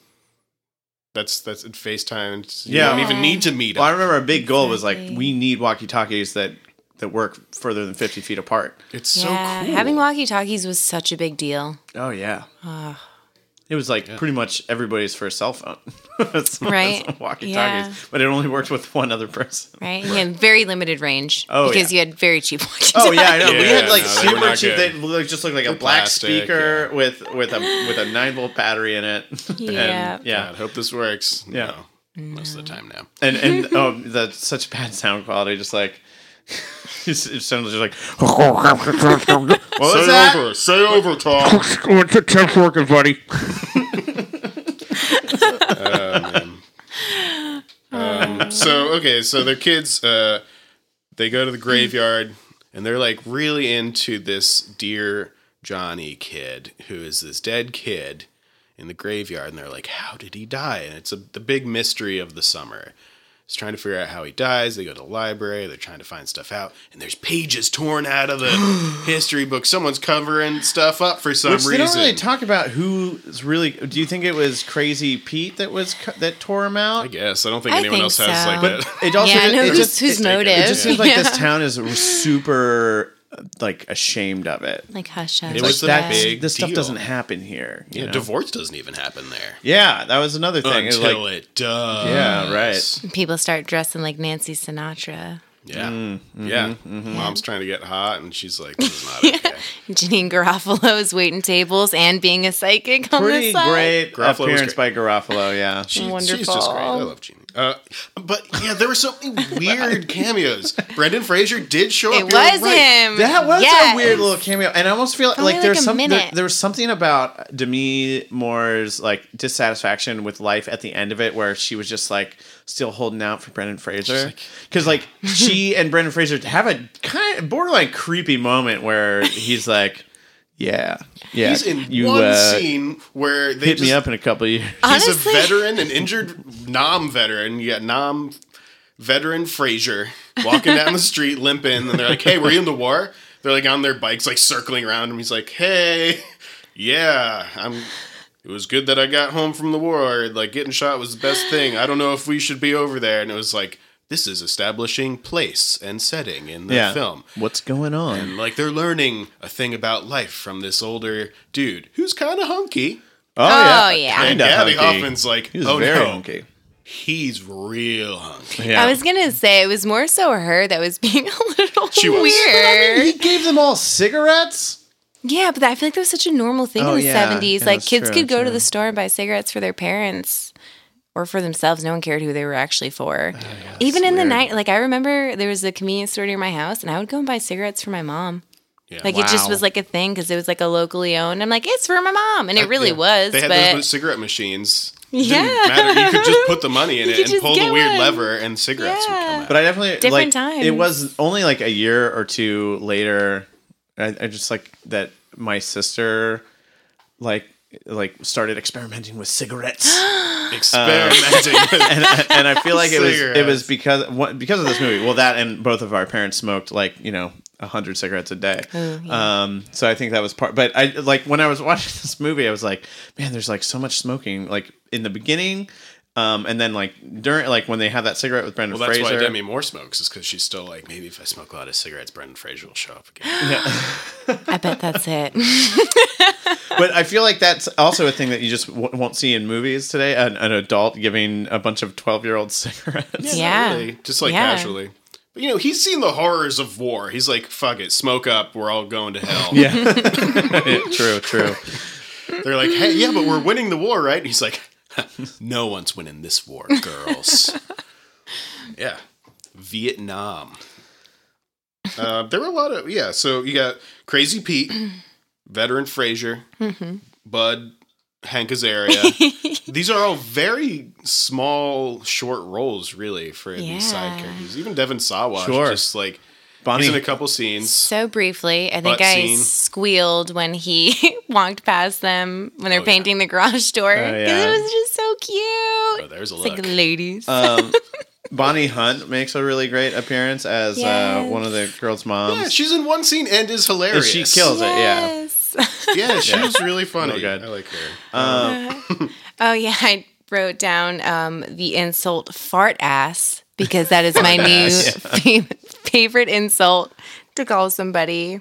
that's that's it FaceTime. And just- you
Yeah.
don't even need to meet
well, I
up.
remember our big goal was like,
Exactly.
we need walkie-talkies that that work further than fifty feet apart.
It's
yeah.
so cool.
Having walkie talkies was such a big deal.
Oh yeah. It was like pretty much everybody's first cell phone. It's- it's
Right.
Walkie-talkies,
Yeah.
but it only worked with one other person.
right? He had very limited range
Oh,
because
yeah.
you had very cheap walkie
Oh yeah, I know. we
Yeah,
had like
no, they were
super
not
cheap.
good.
They looked, just looked like a black
plastic,
speaker with with a with a nine volt battery in it. And,
Yeah.
yeah.
God, hope this works.
Yeah.
No. most
Mm.
of the time now.
And and oh, that's such bad sound quality. Just like it's- it sounds just like. what was that?
Say over, Tom.
What's the temp working, buddy?
so okay, so their kids, uh, they go to the graveyard and they're like really into this dear Johnny kid who is this dead kid in the graveyard, and they're like, how did he die? And it's a, the big mystery of the summer. It's trying to figure out how he dies. They go to the library. They're trying to find stuff out, and there's pages torn out of the history book. Someone's covering stuff up for some
Which
reason.
they don't really talk about who's really. Do you think it was Crazy Pete that was cu- that tore him out?
I guess I don't think
I
anyone
think
else has
so.
like
But-
that.
It also
yeah, I know
it
who's,
just,
who's
it,
motive.
it just seems like
yeah.
this town is super like ashamed of it.
Like hush hush.
It
Like
was the
that's-
big
this stuff
deal.
doesn't happen here. you
Yeah,
know?
divorce doesn't even happen there.
Yeah, that was another thing. It was
Until
like-
it does.
Yeah, right.
People start dressing like Nancy Sinatra.
Yeah. yeah. Mom's trying to get hot and she's like, this is not okay.
Janine Garofalo is waiting tables and being a psychic on
Pretty
the side.
great
Garofalo was
appearance by
great.
Garofalo. Yeah,
She- She's just
Wonderful.
great. I love Jeannie. Uh, but yeah, there were so many weird cameos. Brendan Fraser did show up.
It
You're
was
right.
him.
that was
Yes.
a weird little cameo, and I almost feel like,
only
like there's
like a
some there,
minute.
there was something about Demi Moore's like dissatisfaction with life at the end of it, where she was just like still holding out for Brendan Fraser, because like, she and Brendan Fraser have a kind of borderline creepy moment where he's like, "Yeah, yeah, uh,
He's in one scene where they
hit
just,
me up in a couple of years."
He's
Honestly.
a veteran, an injured Nam veteran. You got Nam veteran Frazier walking down the street limping, and they're like, "Hey, were you in the war?" They're like on their bikes, like circling around him. He's like, "Hey, yeah, I'm." It was good that I got home from the war. Like getting shot was the best thing. I don't know if we should be over there. And it was like, this is establishing place and setting in the
yeah,
film.
What's going on?
And like they're learning a thing about life from this older dude who's kind of hunky.
oh,
Oh, yeah.
And
Kinda
Gabby
hunky.
Hoffman's like,
He was
oh
very
no,
hunky.
he's real hunky.
Yeah.
I was gonna say it was more so her that was being a little
She was.
weird.
he gave them all cigarettes.
yeah, but I feel like that was such a normal thing
Oh,
in the
yeah.
seventies.
Yeah,
like
that's
kids
true,
could go
true.
to the store and buy cigarettes for their parents or for themselves. No one cared who they were actually for.
Oh,
Even in the night, like I remember there was a convenience store near my house, and I would go and buy cigarettes for my mom.
Yeah.
Like it just
Wow.
was like a thing because it was like a locally owned. I'm like, it's for my
Uh,
mom, and it really was.
They had
but
those cigarette machines.
Yeah.
Didn't matter. You could just put the money in
You
it
could
and
just
pull the
get
weird
one.
lever, and cigarettes would come
Yeah.
out.
But I definitely
Different
like, It
times.
was only like a year or two later. I, I just like that my sister, like like started experimenting with cigarettes, uh,
Experimenting. with-
and I, and I feel like it was it was
Cigarettes.
because what, because of this movie. Well, that and both of our parents smoked like you know a hundred cigarettes a day.
Oh,
Um, so I think that was part. But I like when I was watching this movie, I was like, man, there's like so much smoking. Like in the beginning. Um, and then like during like when they have that cigarette with Brendan
well, that's
Fraser,
why Demi Moore smokes, is because she's still like, maybe if I smoke a lot of cigarettes, Brendan Fraser will show up again.
I bet that's it.
but I feel like that's also a thing that you just w- won't see in movies today. An, an adult giving a bunch of twelve-year-olds cigarettes.
yeah,
Really, just like
Yeah.
casually. But you know, he's seen the horrors of war. He's like, fuck it, smoke up. We're all going to hell.
true, true.
They're like, hey, yeah, but we're winning the war, right? And he's like, no one's winning this war, girls. yeah. Vietnam. Uh, there were a lot of, yeah. So you got Crazy Pete, veteran Frazier,
Mm-hmm.
Bud, Hank Azaria. These are all very small, short roles, really, for these side
Yeah.
characters. Even Devin Sawa,
Sure.
just like,
Bonnie,
he's in a couple scenes.
So briefly, I think
Butt
I
scene.
squealed when he walked past them when they're
yeah.
painting the garage door because
Oh, yeah.
it was just so cute.
Oh, there's a
it's
look. Oh,
like ladies.
um, Bonnie Hunt makes a really great appearance as uh,
Yes.
one of the girls'
Yeah,
moms.
she's in one scene and is hilarious.
she kills it. Yeah.
yes.
Yeah, she was really funny.
Real good.
I like her.
oh yeah, I wrote down um, the insult "fart ass" because that is my new fa- favorite insult to call somebody.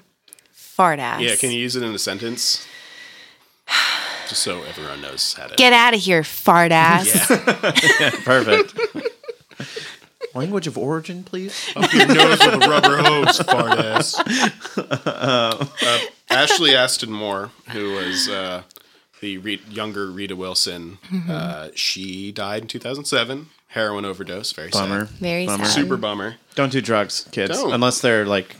Fart ass.
Yeah, can you use it in a sentence? Just so everyone knows how to.
get out of here, fart ass?
Perfect. Language of origin, please.
Up your nose with a rubber hose, fart ass. Uh, Ashley Aston Moore, who was uh, the re- younger Rita Wilson.
Mm-hmm.
Uh, she died in 2007, heroin overdose. Very
Bummer.
sad.
Very
Bummer.
sad.
Super bummer.
Don't do drugs, kids,
Don't.
unless they're like.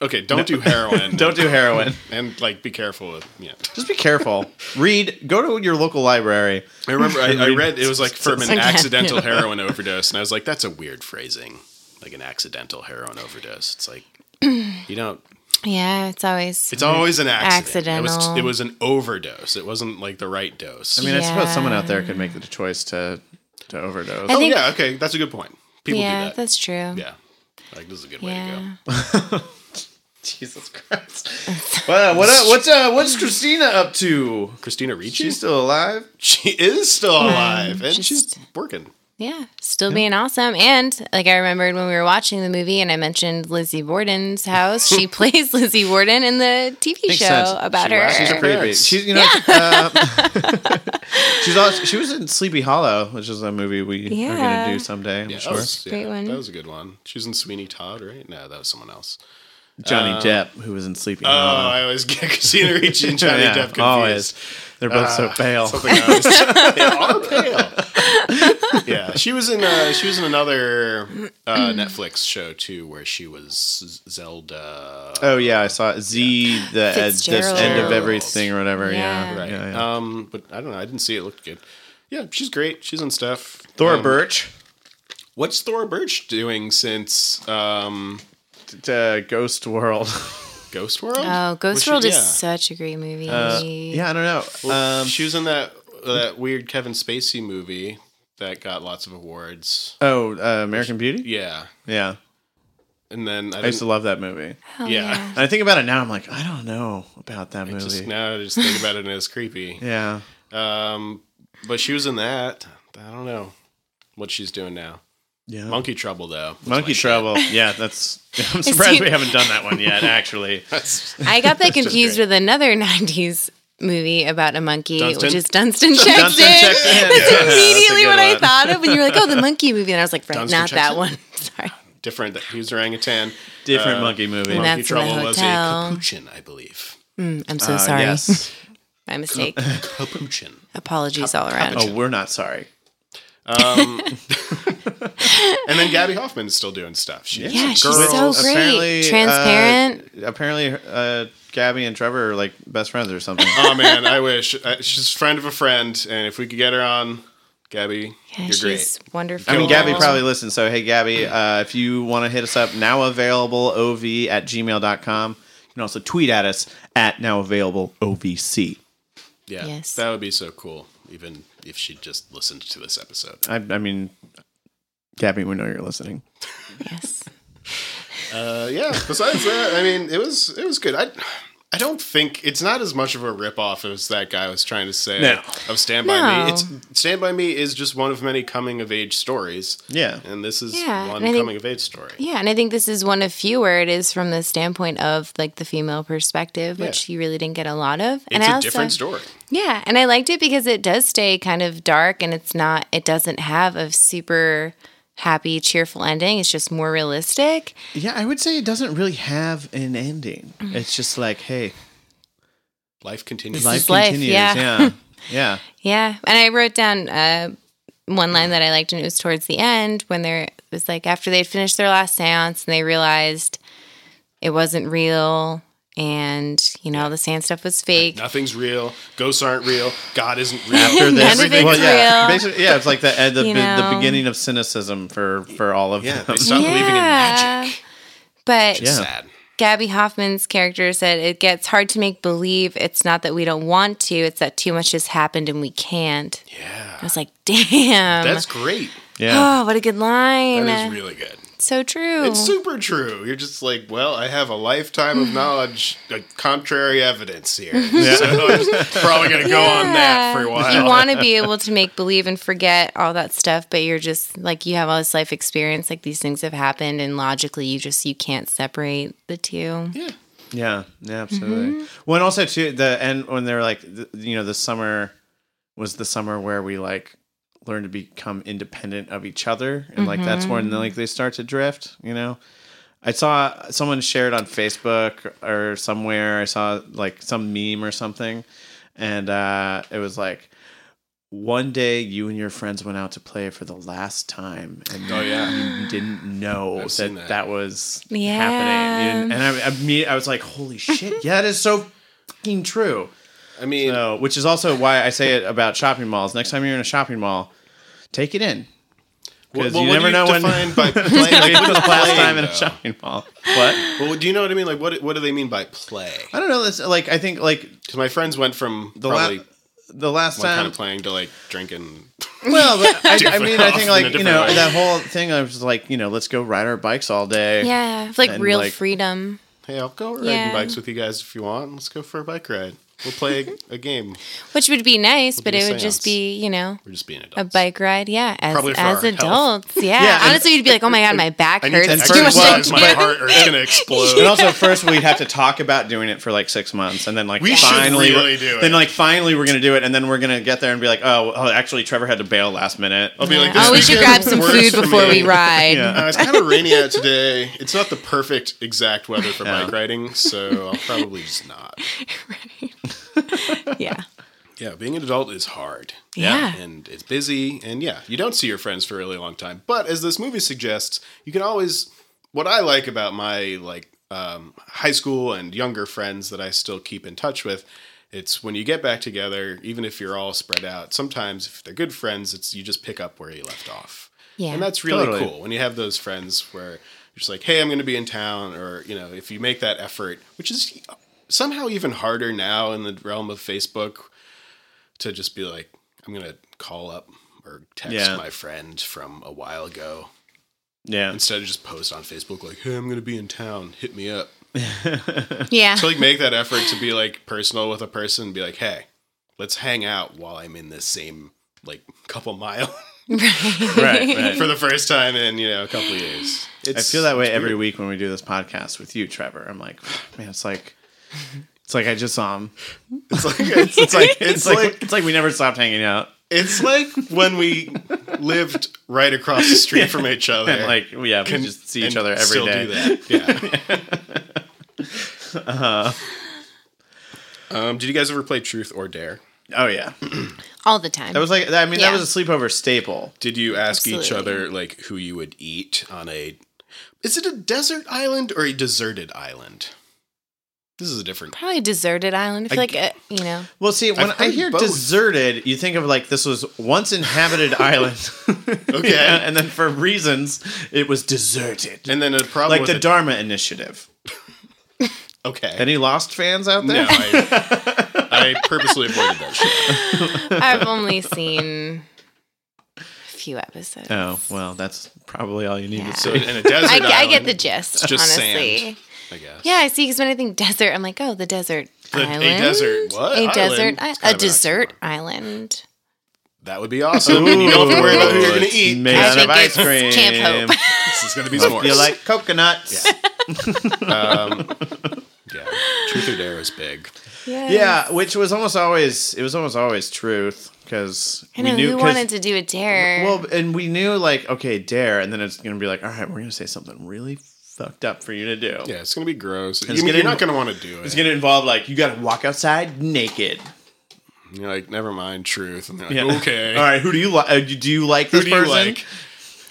Okay, don't do heroin.
Don't do heroin.
and like be careful with yeah.
Just be careful. Read. Go to your local library.
I remember I, I read it was like from an
Again.
accidental heroin overdose, and I was like, that's a weird phrasing, like an accidental heroin overdose. It's like you don't.
Yeah, it's always.
It's always an accident. It was
Accidental.
it was an overdose. It wasn't like the right dose.
I mean, I suppose someone
Yeah.
out there could make the choice to to overdose.
I
oh
think-
yeah, okay, that's a good point. People do
yeah,
that.
that's true. Yeah.
Yeah, like this is a good way to go.
Yeah.
Jesus Christ. well, what up, what's uh, what's Christina up to?
Christina Ricci,
She's still alive.
she is still alive, and
just-
she's working.
Still being awesome. And like I remembered when we were watching the movie and I mentioned Lizzie Borden's house. She plays Lizzie Borden in the TV show about
She-
her.
She's a pretty
Parents.
bitch. She's you know. uh, she's also, she was in Sleepy Hollow, which is a movie we are
Yeah.
going to do someday. I'm
Yeah,
sure.
that was,
Great
yeah,
one.
That was a good one. She was in Sweeney Todd, right? No, that was someone else.
Johnny Depp, who was in Sleepy
Uh,
Oh,
Hollow. Oh,
I always get Christina Ricci and Johnny
Yeah,
Depp confused.
always. They're both so pale.
they are pale. yeah, she was in uh, she was in another uh, Netflix show too, where she was Z- Zelda.
Oh yeah, I saw it. Z the uh, this
Fitzgerald.
end of everything or whatever. Yeah,
Yeah.
Right.
yeah, yeah.
Um, but I don't know. I didn't see it. it. Looked good. Yeah, she's great. She's on stuff.
Thora
Um,
Birch
What's Thor Birch doing since um,
to uh, Ghost World.
Ghost World?
Oh, Ghost
Was she-
World is
yeah. Uh,
such a great movie.
yeah, I don't know. Um,
she was in that that weird Kevin Spacey movie that got lots of awards.
oh, uh, American Beauty.
Yeah,
Yeah,
and then
I used to
didn't-
love that movie.
Oh,
yeah.
And I think about it now. I'm like, I don't know about that movie.
Just now, I just think about it and it's creepy.
yeah,
Um, but she was in that. I don't know what she's doing now.
yeah.
Monkey Trouble though. was my
Monkey
shit.
Trouble. Yeah, that's. I'm surprised we haven't done that one yet. Actually,
That's-
I got that confused with another 90s movie about a monkey,
Dunstan?
which is Dunstan Jackson.
Dunstan Jackson. Yeah,
That's
yeah, that's a
immediately
good
what I
one.
thought of when you were like, oh, the monkey movie. And I was like, right,
Dunstan
not
Jackson?
that one. Sorry.
different. That he was orangutan.
different
Uh,
monkey movie.
That's
Monkey
in a
Trouble was a
hotel.
capuchin, I believe.
Mm, I'm so
Uh,
sorry.
Yes.
My mistake.
Capuchin.
Apologies all around.
Oh, we're not sorry.
And then Gabby Hoffman's still doing stuff. She's
Yeah,
a
she's
girl. uh,
so great. Transparent.
Uh, apparently, uh, Gabby and Trevor are like best friends or something.
oh man, I wish I, she's a friend of a friend, and if we could get her on, Gabby,
yeah,
you're
she's
great.
wonderful.
I mean, Gabby probably listens. So, hey, Gabby, uh, if you want to hit us up, now available ov at gmail.com. You can also tweet at us at now available ovc.
Yeah,
Yes.
that would be so cool. Even if she just listened to this episode.
I, I mean, Gabby, we know you're listening.
Yes.
Uh, yeah. Besides that, I mean, it was it was good. I I don't think it's not as much of a ripoff as that guy was trying to say
No.
of Stand by
No.
Me. It's Stand by Me is just one of many coming of age stories.
Yeah.
and this is
Yeah,
one
and I think-
coming of age story.
Yeah, and I think this is one of few where it is from the standpoint of like the female perspective, which you really didn't get a lot of. and
It's
I
a
also-
different story.
Yeah, and I liked it because it does stay kind of dark and it's not it doesn't have a super happy cheerful ending. It's just more realistic.
Yeah, I would say it doesn't really have an ending. It's just like, hey,
Life continues.
life
Mm. is life,
continues.
yeah.
yeah. Yeah.
Yeah, and I wrote down uh, one line that I liked, and it was towards the end when there it was like after they'd finished their last séance and they realized it wasn't real, and you know all the sand stuff was fake.
Nothing's real. Ghosts aren't real. God isn't real.
After
None
this,
of it's
well, yeah,
real.
basically, yeah, it's like the end of
You
the
know?
beginning of cynicism for for all of
yeah,
them.
they stop believing in magic.
But
Yeah.
Sad.
Gabby Hoffman's character said it gets hard to make believe. It's not that we don't want to; it's that too much has happened and we can't. I
Yeah,
was like, damn.
that's great.
Yeah,
Oh, what a good line!
That is really good.
so true.
It's super true. You're just like, well, I have a lifetime of knowledge, like contrary evidence here. So I'm probably going to go on that for a while.
You want to be able to make believe and forget all that stuff, but you're just like you have all this life experience, like these things have happened, and logically you just you can't separate the two.
yeah.
yeah, yeah, absolutely. Well, and also too the end when they were like, th- you know, the summer was the summer where we like learn to become independent of each other, and like that's when like they start to drift. You know, I saw someone shared on Facebook or somewhere. I saw like some meme or something. and uh, it was like one day you and your friends went out to play for the last time, and
Oh, yeah.
you didn't know
I've
that,
seen
that
that.
was
Yeah.
happening. You didn't- And I, I, me- I was like, holy shit, yeah, that is so fucking true.
I mean,
So, which is also why I say it about shopping malls. Next time you're in a shopping mall, take it in. Because
well,
you
what
never
do
know when.
define by play? Like,
When
what
was
is
the last
playing,
time in a
though?
shopping mall? What?
Well, do you know what I mean? Like, what what do they mean by play?
I don't know. It's like I think like
Because my friends went from
the
probably
last the last
one
time.
kind of playing to like drinking.
Well, but I, I mean, I think
off in a
like you
different
know
way.
that whole thing. I was just like, you know, let's go ride our bikes all day.
Yeah. It's like
And,
real
like-
freedom.
Hey, I'll go riding
Yeah.
bikes with you guys if you want. Let's go for a bike ride. We'll play a game.
Which would be nice, but
do
it
a
would just
seance.
be, you know,
We're just being adults.
a bike ride. Yeah. As,
Probably for our
as
health.
adults. Yeah.
Yeah, and-
Honestly, you'd be like, oh my God, my back
I need to
hurts. too
exercise.
exercise
my
much."
Yeah.
heart or it's gonna explode.
But also, first we'd have to talk about doing it for like six months, and then like
We should
finally,
really do it.
Then like finally, we're gonna do it, and then we're gonna get there and be like, oh, oh actually, Trevor had to bail last minute.
I'll be like,
Oh, we
this
should grab
weekend
some
works
food
for
before
me.
we ride.
Yeah.
Uh, it's kind of rainy out today. It's not the perfect exact weather for
Yeah.
bike riding, so I'll probably just not.
Yeah.
Yeah, being an adult is hard.
Yeah.
And it's busy. And yeah, you don't see your friends for a really long time. But as this movie suggests, you can always. What I like about my like um, high school and younger friends that I still keep in touch with, it's when you get back together, even if you're all spread out. Sometimes if they're good friends, it's you just pick up where you left off.
Yeah.
And that's really
Totally.
cool when you have those friends where you're just like, hey, I'm going to be in town, or you know, if you make that effort, which is somehow even harder now in the realm of Facebook, to just be like, I'm going to call up or text
Yeah.
my friend from a while ago
Yeah,
instead of just post on Facebook like, hey, I'm going to be in town, hit me up.
Yeah.
To like make that effort to be like personal with a person, and be like, hey, let's hang out while I'm in this same like couple mile
right. right.
for the first time in you know a couple of years.
I
It's,
feel that way
it's
every
weird.
week when we do this podcast with you, Trevor. I'm like, man, it's like. It's like I just saw him.
It's like it's, it's like
It's like it's like we never stopped hanging out.
it's like when we lived right across the street from each other.
And like yeah, we
Can-
just see each
and
other every
still
day.
do that. Yeah.
Uh-huh.
um, did you guys ever play Truth or Dare?
Oh yeah,
All the time.
that was like I mean
Yeah.
that was a sleepover staple.
Did you ask each
Absolutely.
other like who you would eat on a? Is it a desert island or a deserted island? This is a different.
Probably deserted island. I feel
I-
like, uh, you know.
Well, see, when
I've
I
heard
hear
both.
deserted, you think of like this was once inhabited island.
Okay.
Yeah, and then for reasons, it was deserted.
And then a problem
like
with
the
a-
Dharma Initiative.
Okay.
Any Lost fans out there?
no, I, I purposely avoided that shit.
I've only seen a few episodes.
Oh, well, that's probably all you need
Yeah.
to
So
say.
in in a desert
I, I
island,
get the gist,
It's just
honestly.
sand, I guess.
Yeah, I see. Because when I think desert, I'm like, oh, the desert
The- a
island.
desert- what?
A
Island?
desert.
It's
I-
kind of
a
an
dessert island.
That would be awesome. and you don't have to worry about who you're going to eat.
Made
I
out of
think
ice cream.
it's Camp Hope.
This is going to be
Hope
s'mores.
you like coconuts.
Yeah. Truth or Dare is big.
Yeah.
Yeah, which was almost always it was almost always truth because
I know
we knew
who
'cause-
wanted to do a dare.
Well, and we knew like okay, dare, and then it's gonna be like all right, we're gonna say something really fucked up for you to do.
Yeah, it's going to be gross. You
It's
mean,
gonna
you're not
inv-
going to want to do
It's
it.
gonna involve like you gotta walk outside naked.
You're like, never mind truth. And they're like,
Yeah.
okay.
All right, who do you like? Uh, do you like
Who
this
do you
person?
like?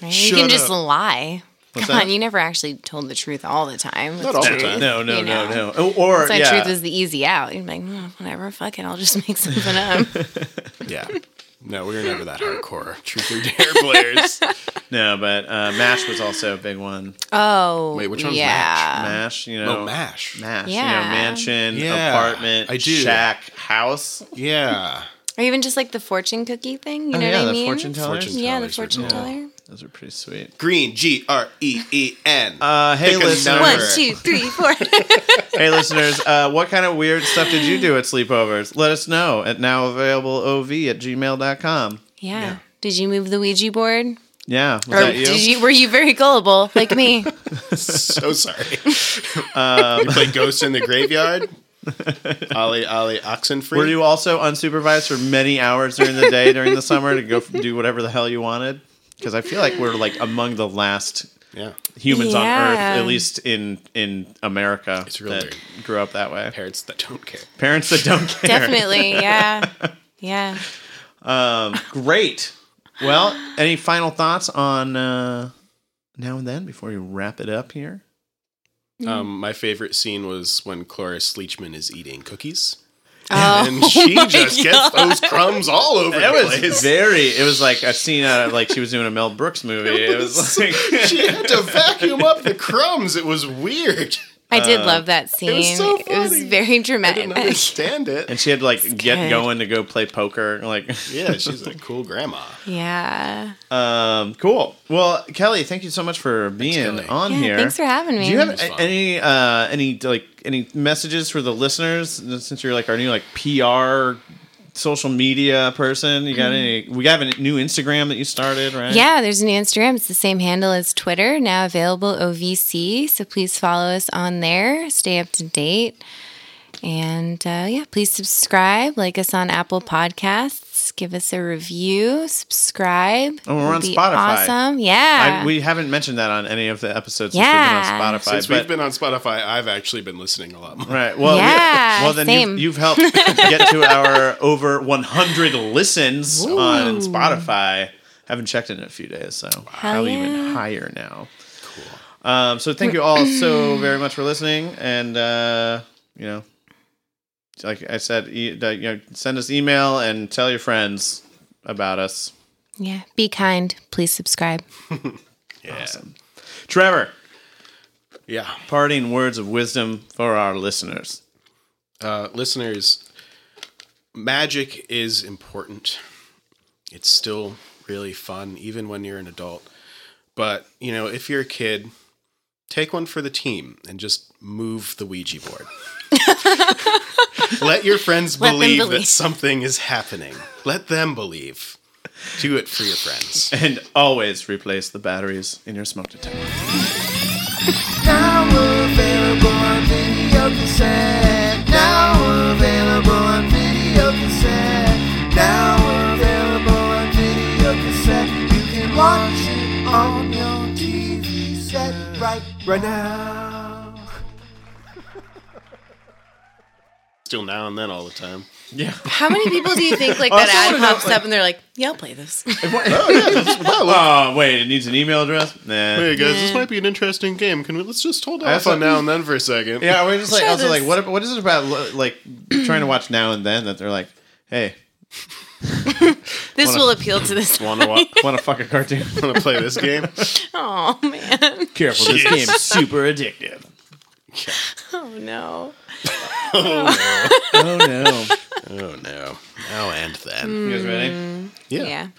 right? You can
shut
just
up.
lie.
What's
Come
that?
on, you never actually told the truth all the time.
Not all the
No,
time.
no, no,
You
no,
know.
no. Oh, Or
So
yeah,
truth is the easy out. You're like, "Mm, whatever, fuck it, I'll just make something up.
Yeah. No, we were never that hardcore. Truth or Dare players.
no, but uh, Mash was also a big one.
Oh,
Wait, which one's
yeah.
Mash, you know,
Oh, MASH.
Mash, you
Um, Yeah.
know, mansion,
Yeah,
apartment,
I do.
shack, house.
Yeah.
Or even just like the fortune cookie thing. You
Oh,
know
yeah,
what I
the
mean?
fortune tellers.
Fortune
yeah, the
tellers are
fortune
cool.
teller.
Those are pretty sweet.
Green, G R E E N.
Uh, hey,
Pick a
listeners.
number.
One, two, three, four.
hey, listeners. Uh, what kind of weird stuff did you do at sleepovers? Let us know at nowavailablelov at gmail.com.
yeah. Did you move the Ouija board?
Yeah, was
Or
that you?
did you? Were you very gullible like me?
so sorry.
um,
you play Ghost in the Graveyard? Ollie, Ollie, Oxenfree?
Were you also unsupervised for many hours during the day during the summer to go f- do whatever the hell you wanted? Because I feel like we're like among the last
Yeah.
humans on
Yeah.
Earth, at least in in America,
It's real
that
weird.
grew up that way.
Parents that don't care.
Parents that don't care.
Definitely, yeah. Yeah.
Great. Well, any final thoughts on uh, now and then before we wrap it up here?
Mm-hmm.
Um, my favorite scene was when Cloris Leachman is eating cookies.
Oh
and she
my
just gets those crumbs all over
That
the
was
place.
very. It was like a scene out of like she was doing a Mel Brooks movie. It was like
she had to vacuum up the crumbs. It was weird.
I did love that scene. It was,
so funny.
very
I didn't
dramatic.
understand it.
and she had to like get
good.
going to go play poker. Like,
Yeah, she's a cool grandma.
yeah.
um, cool. Well, Kelly, thank you so much for being
Kelly.
on
Yeah,
here.
thanks for having me.
Do you have
It was fun.
any uh, any like any messages for the listeners since you're like our new like PR social media person? You got any? We have a new Instagram that you started, right?
Mm-hmm. Yeah, there's a new Instagram. It's the same handle as Twitter, now available OVC. So please follow us on there, stay up to date. And uh, yeah, please subscribe, like us on Apple Podcasts, give us a review, subscribe.
Oh, we're
It'd
on
be
Spotify.
Awesome. Yeah.
I, we haven't mentioned that on any of the episodes
Yeah.
since we've been on Spotify.
Since we've
but-
been on Spotify, I've actually been listening a lot more.
Right. Well, we-
Yeah,
well then
same.
you've, you've helped get to our over 100 listens on Spotify. Haven't checked it in a few days, so probably even higher now. Cool. Um, so thank you all so very much for listening, and uh, you know, like I said, e- that, you know, send us email and tell your friends about us.
yeah. Be kind. Please subscribe.
Awesome. Trevor,
Yeah.
parting words of wisdom for our listeners.
Uh, listeners, magic is important. It's still really fun, even when you're an adult. But, you know, if you're a kid, take one for the team and just move the Ouija board. Let your friends
Let them
believe, that
believe.
something is happening. Let them believe. Do it for your friends.
And always replace the batteries in your smoke detector.
Now available on video cassette. Now available on video cassette. Now available on video cassette. You can watch it on your TV set right, right now.
Still now and then all the time.
How many people do you think like that ad pops up and they're like, yeah, I'll play this?
Oh wait, it needs an email address. Nah.
Hey guys, this might be an interesting game. Can we let's just hold off
also-
on now and then for a second?
Yeah, we're just like also
this.
like what what is it about lo- like trying to watch now and then that they're like, hey,
This will appeal to this.
want to want to fuck a cartoon?
Want to play this game?
Oh man.
Careful, this game's super addictive.
Oh no.
Oh no!
Oh no! Now and then.
You guys ready?
Yeah.